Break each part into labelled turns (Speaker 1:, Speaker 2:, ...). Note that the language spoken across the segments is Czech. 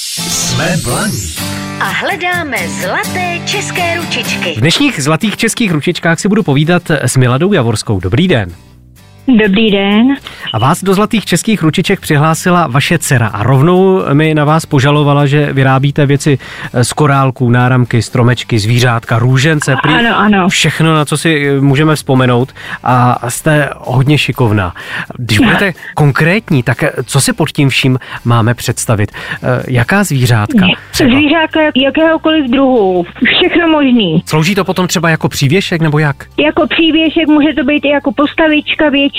Speaker 1: Jsme blaní.
Speaker 2: a hledáme zlaté české ručičky.
Speaker 3: V dnešních zlatých českých ručičkách si budu povídat s Miladou Javorskou. Dobrý den.
Speaker 4: Dobrý den.
Speaker 3: A vás do zlatých českých ručiček přihlásila vaše dcera a rovnou mi na vás požalovala, že vyrábíte věci z korálků, náramky, stromečky, zvířátka, růžence, prý
Speaker 4: Ano, ano.
Speaker 3: všechno, na co si eh, můžeme vzpomenout a jste hodně šikovná. Když budete konkrétní, tak eh, co si pod tím vším máme představit? Eh, Jaká zvířátka? třeba?
Speaker 4: Zvířátka jakéhokoliv druhu. Všechno možný.
Speaker 3: Slouží to potom třeba jako přívěšek nebo jak?
Speaker 4: Jako přívěšek může to být i jako postavička větší.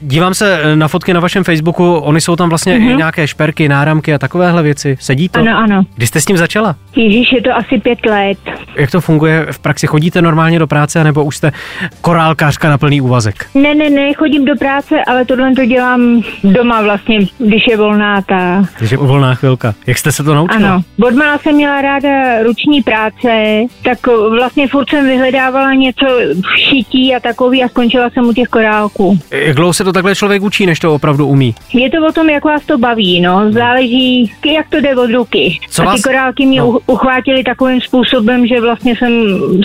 Speaker 3: Dívám se eh, na fotky na vašem Facebooku, oni jsou tam vlastně mm-hmm. i nějaké šperky, náramky a takovéhle věci. Sedí to?
Speaker 4: Mhm. Ano, ano.
Speaker 3: Kdy jste s tím začala?
Speaker 4: Ježíš, je to asi pět let.
Speaker 3: Jak to funguje v praxi? Chodíte normálně do práce, nebo už jste korálkářka na plný úvazek?
Speaker 4: Ne, ne, ne, chodím do práce, ale tohle to dělám doma vlastně, když je volná ta.
Speaker 3: Takže uvolná chvilka. Jak jste se to naučila?
Speaker 4: Ano. Odmala jsem měla ráda ruční práce, tak o, vlastně furt jsem vyhledávala něco v šití a takový a skončila jsem u těch korálků.
Speaker 3: Jak dlouho se to takhle člověk učí, než to opravdu umí?
Speaker 4: Je to o tom, jak vás to baví, no. Záleží, jak to jde od ruky.
Speaker 3: Co
Speaker 4: a ty
Speaker 3: vás-
Speaker 4: korálky mě
Speaker 3: no.
Speaker 4: no. uchvátily takovým způsobem, že vlastně jsem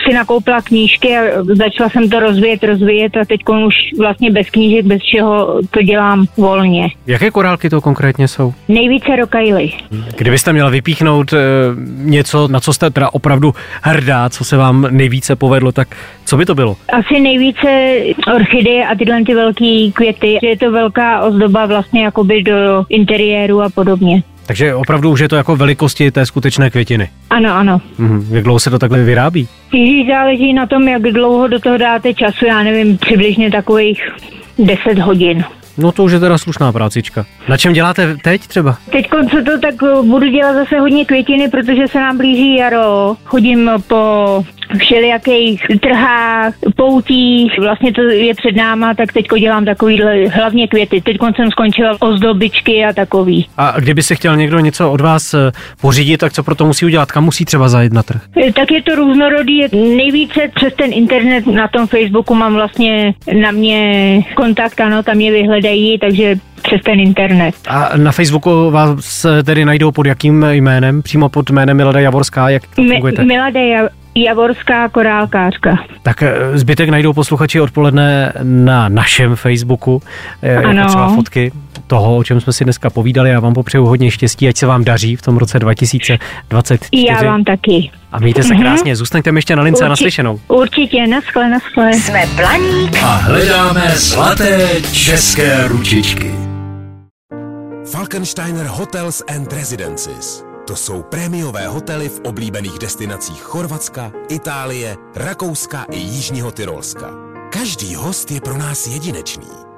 Speaker 4: si nakoupila knížky a začala jsem to rozvíjet, rozvíjet a teď už vlastně bez knížek, bez čeho to dělám volně.
Speaker 3: Jaké korálky to konkrétně jsou?
Speaker 4: Nejvíce rokajly.
Speaker 3: Kdybyste měla vypíchnout eh, něco, na co jste teda opravdu hrdá, co se vám nejvíce povedlo, tak co by to bylo?
Speaker 4: Asi nejvíce orchideje a tyhle ty velké květy, že je to velká ozdoba vlastně jakoby do interiéru a podobně.
Speaker 3: Takže opravdu už je to jako velikosti té skutečné květiny.
Speaker 4: Ano, ano.
Speaker 3: Mhm. Jak dlouho se to takhle vyrábí?
Speaker 4: Ježíš, záleží na tom, jak dlouho do toho dáte času, já nevím, přibližně takových 10 hodin.
Speaker 3: No to už je teda slušná prácička. Na čem děláte teď třeba?
Speaker 4: Teď co to tak eh, budu dělat zase hodně květiny, protože se nám blíží jaro. Chodím po všelijakých trhách, poutích, vlastně to je před náma, tak teď dělám takovýhle hlavně květy. Teď jsem skončila ozdobičky a takový.
Speaker 3: A kdyby si chtěl někdo něco od vás eh, pořídit, tak co pro to musí udělat? Kam musí třeba zajít na trh?
Speaker 4: Eh, Tak je to různorodý. Nejvíce přes ten internet na tom Facebooku mám vlastně na mě kontakt, ano, tam mě vyhledají, takže přes ten internet.
Speaker 3: A na Facebooku vás eh, tedy najdou pod jakým jménem? Přímo pod jménem Milada Javorská, jak tam fungujete?
Speaker 4: Mi- Milada Ja- Javorská korálkářka.
Speaker 3: Tak eh, zbytek najdou posluchači odpoledne na našem Facebooku, eh, jako
Speaker 4: Ano.
Speaker 3: třeba fotky toho, o čem jsme si dneska povídali. Já vám popřeju hodně štěstí, ať se vám daří v tom roce 2024.
Speaker 4: I já vám taky.
Speaker 3: A mějte se
Speaker 4: Mhm.
Speaker 3: krásně, zůstaňte mi ještě na lince a
Speaker 4: Urči-
Speaker 3: naslyšenou.
Speaker 4: Určitě, naschle, naschle.
Speaker 2: Jsme Blaník
Speaker 1: A hledáme zlaté české ručičky.
Speaker 5: Falkensteiner Hotels and Residences. To jsou prémiové hotely v oblíbených destinacích Chorvatska, Itálie, Rakouska i Jižního Tyrolska. Každý host je pro nás jedinečný.